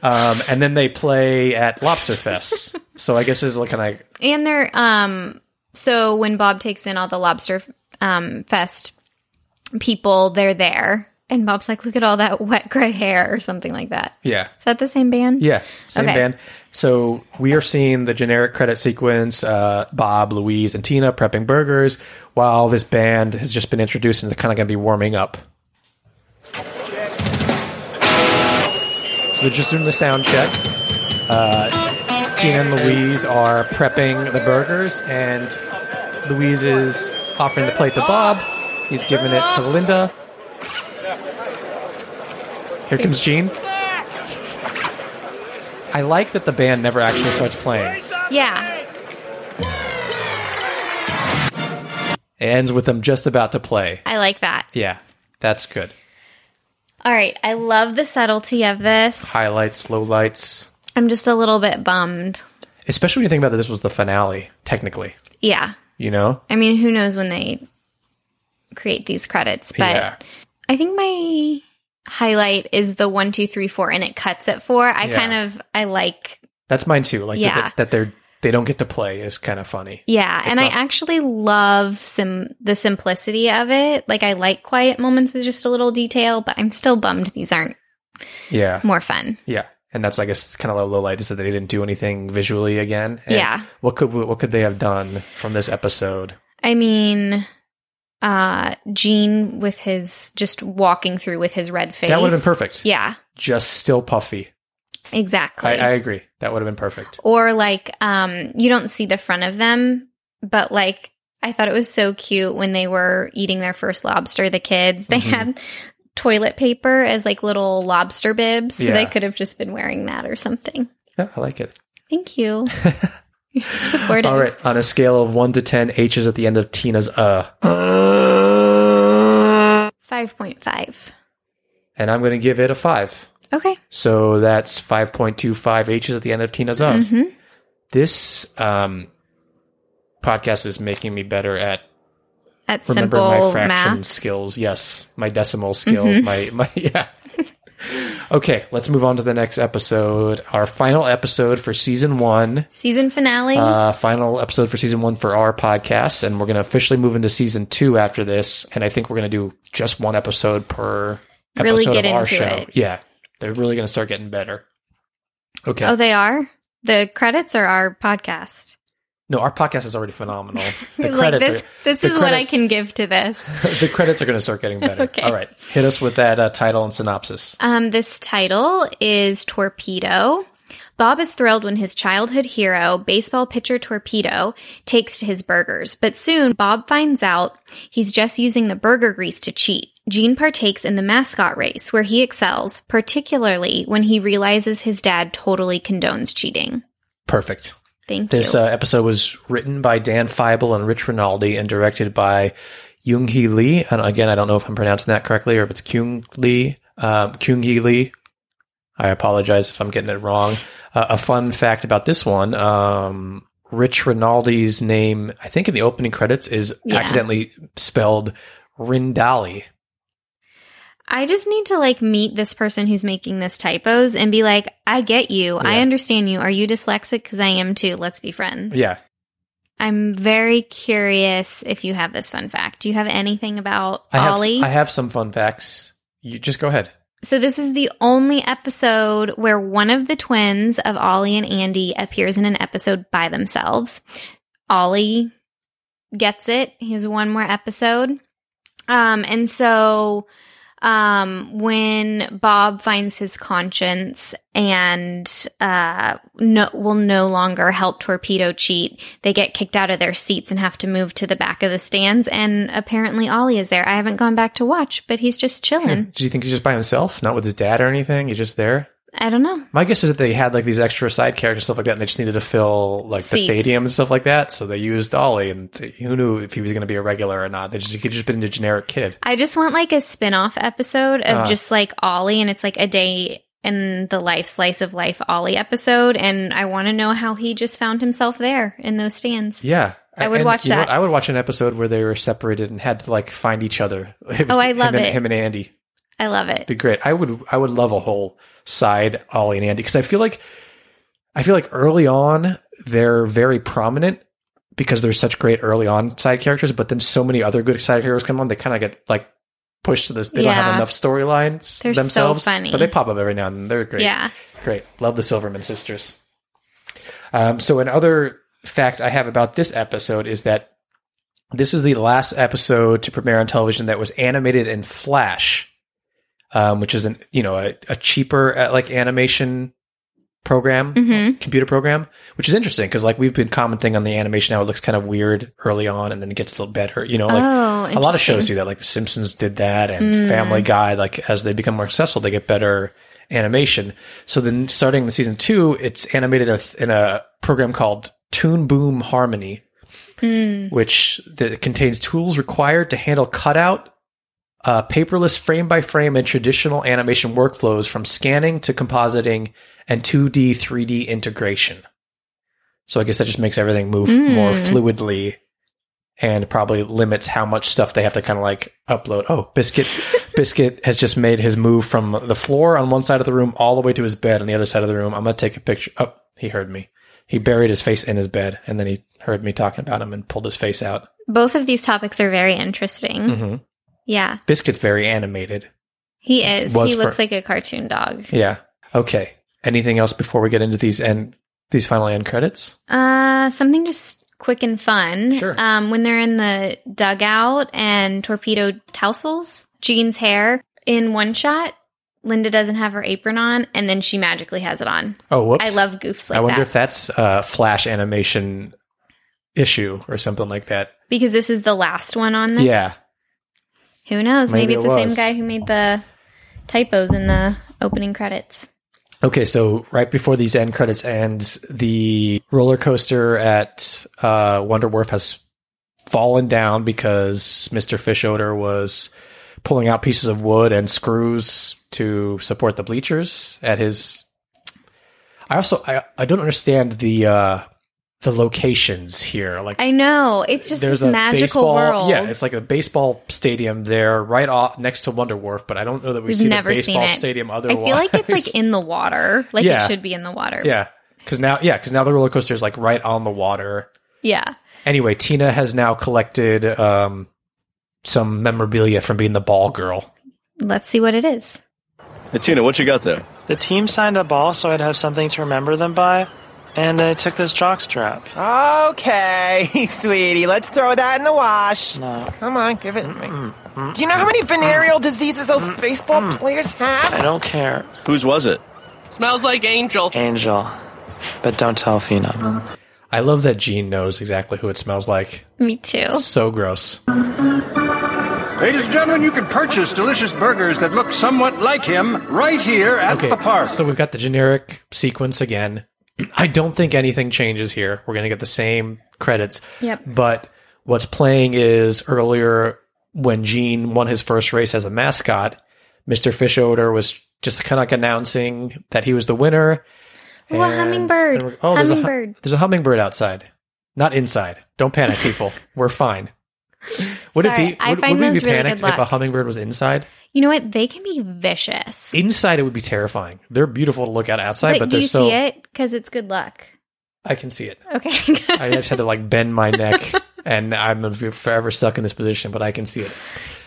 B: Um, and then they play at Lobster Fest. so I guess this is like kind of
A: and they're um. So when Bob takes in all the lobster um fest people, they're there, and Bob's like, "Look at all that wet gray hair," or something like that.
B: yeah.
A: Is that the same band?
B: Yeah, same
A: Okay.
B: band. So we are seeing the generic credit sequence: uh, Bob, Louise, and Tina prepping burgers, while this band has just been introduced and is kind of going to be warming up. So they're just doing the sound check. Uh, Tina and Louise are prepping the burgers, and Louise is offering the plate to Bob. He's giving it to Linda. Here comes Gene. I like that the band never actually starts playing.
A: Yeah.
B: It ends with them just about to play.
A: I like that.
B: Yeah, that's good.
A: All right. I love the subtlety of this.
B: Highlights, lowlights.
A: I'm just a little bit bummed.
B: Especially when you think about that this was the finale, technically.
A: Yeah.
B: You know?
A: I mean, who knows when they create these credits, but
B: Yeah.
A: I think my highlight is the one, two, three, four, and it cuts at four. I
B: Yeah.
A: kind of I like
B: That's mine too. Like
A: Yeah.
B: that, that they're they don't get to play is kind of funny.
A: yeah,
B: It's
A: and I
B: not-
A: actually love some the simplicity of it. Like I like quiet moments with just a little detail, but I'm still bummed these aren't
B: Yeah.
A: more fun.
B: Yeah. And that's I guess kind of a low light is that they didn't do anything visually again. And
A: Yeah.
B: What could what could they have done from this episode?
A: I mean, uh Gene with his just walking through with his red face.
B: That would've been perfect.
A: Yeah,
B: Just still puffy.
A: exactly.
B: I, I agree. That would have been perfect.
A: or like um you don't see the front of them but like i thought it was so cute when they were eating their first lobster the kids they
B: Mhm.
A: had toilet paper as like little lobster bibs so they
B: Yeah.
A: could have just been wearing that or something
B: Yeah, I like it.
A: thank you You're supportive
B: All right. On a scale of one to ten, H is at the end of Tina's uh.
A: 5.5
B: and I'm going to give it a five.
A: okay
B: So that's 5.25 H's at the end of Tina's Us.
A: Mhm.
B: This um, podcast is making me better at
A: that's
B: remember
A: simple
B: my fraction
A: math
B: skills. Yes, my decimal skills.
A: Mhm.
B: My my yeah. okay, let's move on to the next episode. Our final episode for season one.
A: season finale
B: Uh, final episode for season one for our podcast, and we're going to officially move into season two after this. And I think we're going to do just one episode per episode
A: Really get
B: of our
A: into
B: show.
A: it.
B: Yeah, they're really going to start getting better. Okay.
A: oh they are the credits are our podcast
B: no, our podcast is already phenomenal. The
A: like
B: credits.
A: this
B: are,
A: this
B: the
A: is what i
B: credits-
A: can give to this
B: the credits are going to start getting better.
A: Okay.
B: All right, hit us with that uh, title and synopsis.
A: Um, this title is Torpedo. Bob is thrilled when his childhood hero, baseball pitcher Torpedo, takes to his burgers, but soon Bob finds out he's just using the burger grease to cheat. Gene partakes in the mascot race, where he excels, particularly when he realizes his dad totally condones cheating.
B: Perfect.
A: Thank
B: This
A: you.
B: uh, episode was written by Dan Feibel and Rich Rinaldi and directed by Yoon Hee Lee. And again, I don't know if I'm pronouncing that correctly or if it's Kyung Lee. Um, Kyung Hee Lee. I apologize if I'm getting it wrong. Uh, a fun fact about this one um, Rich Rinaldi's name, I think in the opening credits, is
A: Yeah.
B: accidentally spelled Rindali.
A: I just need to like meet this person who's making this typos and be like, I get you. I
B: Yeah.
A: understand you. Are you dyslexic? Because I am too. Let's be friends.
B: Yeah.
A: I'm very curious if you have this fun fact. Do you have anything about
B: I have,
A: Ollie?
B: I have some fun facts. You, just go ahead.
A: so this is the only episode where one of the twins of Ollie and Andy appears in an episode by themselves. Ollie gets it. He has one more episode. Um, and so um, when Bob finds his conscience and uh, no, will no longer help Torpedo cheat, they get kicked out of their seats and have to move to the back of the stands. And apparently, Ollie is there. I haven't gone back to watch, but he's just chilling.
B: Do you think he's just by himself, not with his dad or anything? He's just there?
A: I don't know.
B: My guess is that they had like these extra side characters stuff like that, and they just needed to fill like the
A: Seats.
B: stadium and stuff like that. So they used Ollie, and t- who knew if he was going to be a regular or not? They just he could just been a generic kid.
A: I just want like a spin off episode of
B: Uh.
A: just like Ollie, and it's like a day in the life slice of life Ollie episode. And I want to know how he just found himself there in those stands.
B: Yeah,
A: I would
B: And
A: watch
B: you know what?
A: that.
B: I would watch an episode where they were separated and had to like find each other.
A: Oh, I love
B: him and,
A: it.
B: Him and Andy.
A: I love it.
B: It'd be great. I would I would love a whole side Ollie and Andy because I feel like I feel like early on they're very prominent because they're such great early on side characters, but then so many other good side characters come on, they kind of get like pushed to this. They don't have
A: Yeah.
B: enough storylines
A: They're so
B: themselves,
A: funny.
B: but they pop up every now and then. They're great.
A: Yeah.
B: great. Love the Silverman sisters. Um, so another fact I have about this episode is that this is the last episode to premiere on television that was animated in Flash, um, which is an you know a, a cheaper uh, like animation program,
A: Mhm.
B: computer program, which is interesting because like we've been commenting on the animation how it looks kind of weird early on and then it gets a little better. You know, like
A: Oh,
B: a lot of shows
A: interesting.
B: do that. Like The Simpsons did that, and
A: Mm.
B: Family Guy. Like as they become more successful, they get better animation. So then, starting the season two, it's animated with- in a program called Toon Boom Harmony
A: Mm.
B: which th- contains tools required to handle cutout, uh, paperless frame by frame, and traditional animation workflows from scanning to compositing and 2D, 3D integration. So I guess that just makes everything move
A: Mm.
B: more fluidly and probably limits how much stuff they have to kind of like upload. Oh, Biscuit Biscuit has just made his move from the floor on one side of the room all the way to his bed on the other side of the room. I'm going to take a picture. Oh, he heard me. He buried his face in his bed and then he heard me talking about him and pulled his face out.
A: Both of these topics are very interesting.
B: hmm
A: Yeah,
B: Biscuit's very animated.
A: he is.
B: Was
A: he
B: for-
A: looks like a cartoon dog.
B: Yeah. Okay. Anything else before we get into these end these final end credits?
A: Uh, something just quick and fun.
B: Sure.
A: Um, when they're in the dugout and torpedo tousles, Jean's hair in one shot. Linda doesn't have her apron on, and then she magically has it on.
B: Oh, whoops.
A: I love goofs like
B: I wonder
A: that
B: if that's a flash animation issue or something like that.
A: because this is the last one on this.
B: Yeah.
A: Who knows? Maybe,
B: Maybe it
A: it's the same
B: was.
A: guy who made the typos in the opening credits.
B: Okay, so right before these end credits end, the roller coaster at uh, Wonder Wharf has fallen down because Mr. Fish Odor was pulling out pieces of wood and screws to support the bleachers at his. I also I, I don't understand the uh, the locations here. Like
A: I know. It's just this magical
B: baseball,
A: world.
B: Yeah, it's like a baseball stadium there, right off next to Wonder Wharf. But I don't know that we've,
A: We've
B: seen
A: never
B: a baseball
A: seen it.
B: stadium
A: I
B: otherwise.
A: feel like it's like in the water. Like
B: Yeah.
A: it should be in the water.
B: Yeah, because now, yeah, because now the roller coaster is like right on the water.
A: Yeah.
B: Anyway, Tina has now collected um, some memorabilia from being the ball girl.
A: Let's see what it is.
C: Hey, Tina, what you got there?
G: The team signed a ball so I'd have something to remember them by, and I took this jock strap.
H: Okay, sweetie, let's throw that in the wash.
G: No.
H: Come on, give it to me. Do you know how many venereal diseases those baseball players have?
G: I don't care.
C: Whose was it?
I: Smells like angel.
G: Angel. But don't tell Fina.
B: I love that Gene knows exactly who it smells like.
A: Me too.
B: So gross.
F: Ladies and gentlemen, you can purchase delicious burgers that look somewhat like him right here at
B: Okay,
F: the park.
B: so we've got the generic sequence again. I don't think anything changes here. We're going to get the same credits.
A: Yep.
B: But what's playing is earlier when Gene won his first race as a mascot, Mr. Fish Odor was just kind of like announcing that he was the winner.
A: Ooh, a
B: And-
A: hummingbird.
B: and we're- oh, there's a hu-
A: Hummingbird.
B: there's a hummingbird outside, not inside. Don't panic, people. We're fine. Would
A: Sorry,
B: it be?
A: I
B: Would,
A: find
B: would we
A: those
B: be
A: really
B: panicked
A: good
B: if a
A: luck.
B: hummingbird was inside?
A: You know what? They can be vicious.
B: Inside, it would be terrifying. They're beautiful to look at outside,
A: But,
B: but,
A: do
B: they're
A: you
B: so.
A: see it? Because it's good luck.
B: I can see it.
A: Okay.
B: I just had to like bend my neck, and I'm forever stuck in this position, but I can see it.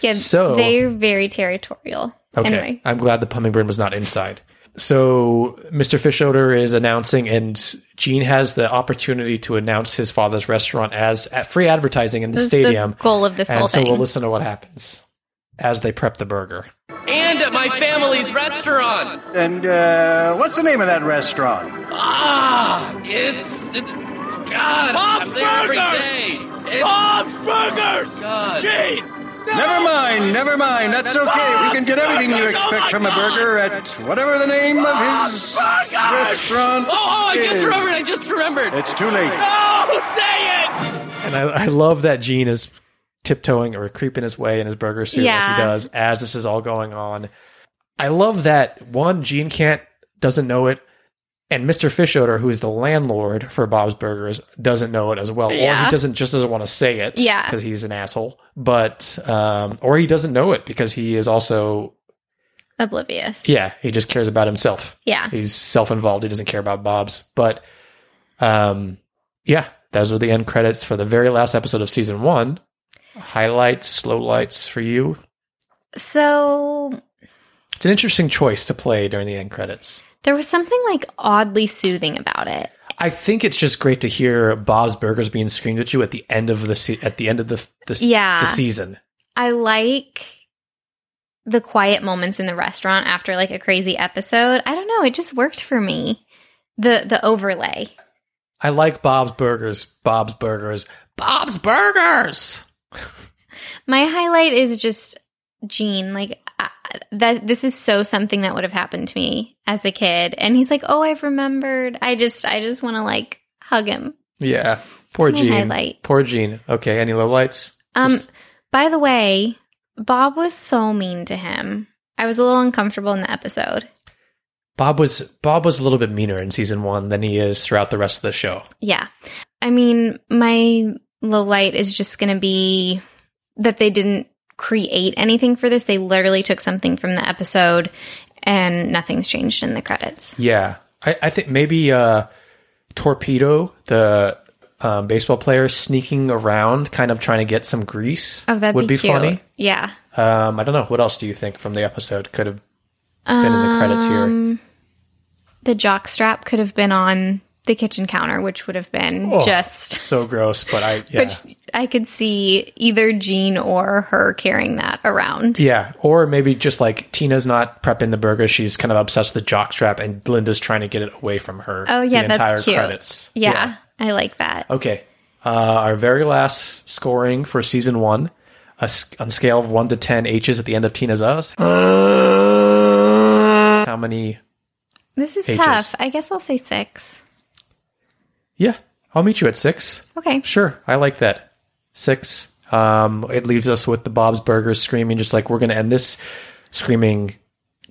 A: yeah.
B: So-
A: they're very territorial.
B: Okay.
A: Anyway.
B: I'm glad the hummingbird was not inside. So Mr. Fish Odor is announcing, and Gene has the opportunity to announce his father's restaurant as at free advertising in the
A: This is the
B: stadium.
A: goal of this
B: and
A: whole
B: so we'll
A: thing.
B: listen to what happens as they prep the burger.
I: And at my family's restaurant.
F: And uh, what's the name of that restaurant?
I: Ah, it's it's God.
F: Bob's
I: I'm there every
F: Burgers!
I: day. It's,
F: Bob's Burgers!
I: God.
F: Never mind, never mind. That's okay. We can get everything
I: Oh,
F: you expect from a burger at whatever the name of his restaurant.
I: Oh, oh, I just
F: is.
I: remembered. I just remembered.
F: It's too late.
I: No, say it.
B: And I, I love that Gene is tiptoeing or creeping his way in his burger suit like
A: Yeah.
B: he does as this is all going on. I love that one, Gene can't doesn't know it. And Mr. Fishoder, who is the landlord for Bob's Burgers, doesn't know it as well, or
A: Yeah.
B: he doesn't just doesn't want to say it,
A: Yeah.
B: because he's an asshole. But um, or he doesn't know it because he is also
A: Oblivious.
B: yeah, he just cares about himself.
A: Yeah.
B: He's self involved. He doesn't care about Bob's. But um yeah, those were the end credits for the very last episode of season one. Highlights, slow lights for you.
A: So
B: It's an interesting choice to play during the end credits.
A: there was something like oddly soothing about it.
B: I think it's just great to hear Bob's Burgers being screamed at you at the end of the se- at the end of the the,
A: Yeah.
B: the season.
A: I like the quiet moments in the restaurant after like a crazy episode. I don't know, it just worked for me. The the overlay.
B: I like Bob's Burgers. Bob's Burgers. Bob's Burgers.
A: My highlight is just Gene. Like I, that, this is so something that would have happened to me as a kid. And he's like, "Oh, I've remembered." I just, I just want to like hug him.
B: Yeah. Poor
A: That's my
B: Gene.
A: highlight.
B: Poor Gene. Okay. Any low lights?
A: Um, by the way, Bob was so mean to him. I was a little uncomfortable in the episode.
B: Bob was Bob was a little bit meaner in season one than he is throughout the rest of the show.
A: Yeah, I mean, my low light is just going to be that they didn't create anything for this. They literally took something from the episode, and nothing's changed in the credits.
B: Yeah, I, I think maybe uh, Torpedo, the um, baseball player, sneaking around, kind of trying to get some grease,
A: Oh, that'd
B: would
A: be,
B: be,
A: cute.
B: funny.
A: Yeah.
B: Um, I don't know. What else do you think from the episode could have been in the credits here?
A: Um, The jock strap could have been on the kitchen counter, which would have been
B: Oh,
A: just.
B: so gross, but I yeah.
A: But I could see either Jean or her carrying that around.
B: Yeah, or maybe just like Tina's not prepping the burger; she's kind of obsessed with the jockstrap, and Linda's trying to get it away from her.
A: Oh yeah,
B: the
A: that's
B: entire
A: cute.
B: credits.
A: Yeah, I like that.
B: Okay. Uh, our very last scoring for season one, a s- on scale of one to ten H's at the end of Tina's Us. How many?
A: This is
B: Ages.
A: tough. I guess I'll say six.
B: Yeah, I'll meet you at six.
A: Okay.
B: Sure, I like that. Six. Um, it leaves us with the Bob's Burgers screaming, just like we're gonna end this screaming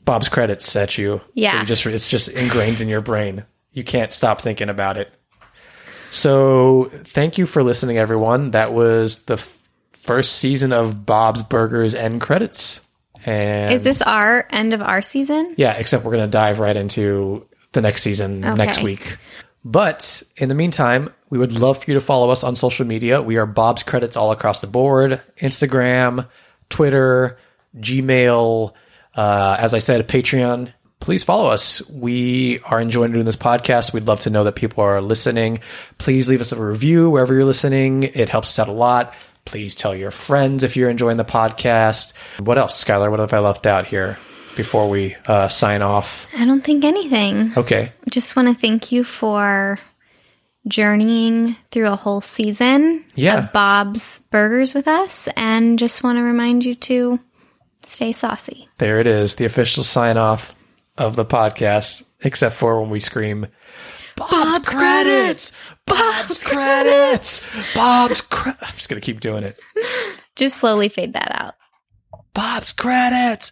B: Bob's credits at you. So
A: Yeah.
B: you just it's just ingrained in your brain. You can't stop thinking about it. So thank you for listening, everyone. That was the f- first season of Bob's Burgers end credits. And
A: Is this our end of our season?
B: yeah, except we're going to dive right into the next season
A: Okay.
B: next week. But in the meantime, we would love for you to follow us on social media. We are Bob's Credits all across the board Instagram, Twitter, Gmail. Uh, as I said, Patreon. Please follow us. We are enjoying doing this podcast. We'd love to know that people are listening. Please leave us a review wherever you're listening. It helps us out a lot. Please tell your friends if you're enjoying the podcast. What else, Skylar? What have I left out here before we uh, sign off?
A: I don't think anything.
B: Okay.
A: Just want to thank you for journeying through a whole season
B: Yeah.
A: of Bob's Burgers with us, and just want to remind you to stay saucy.
B: There it is, the official sign off of the podcast, except for when we scream, Bob's credits. Bob's credits. Bob's credits. I'm just going to keep doing it.
A: Just slowly fade that out.
B: Bob's credits.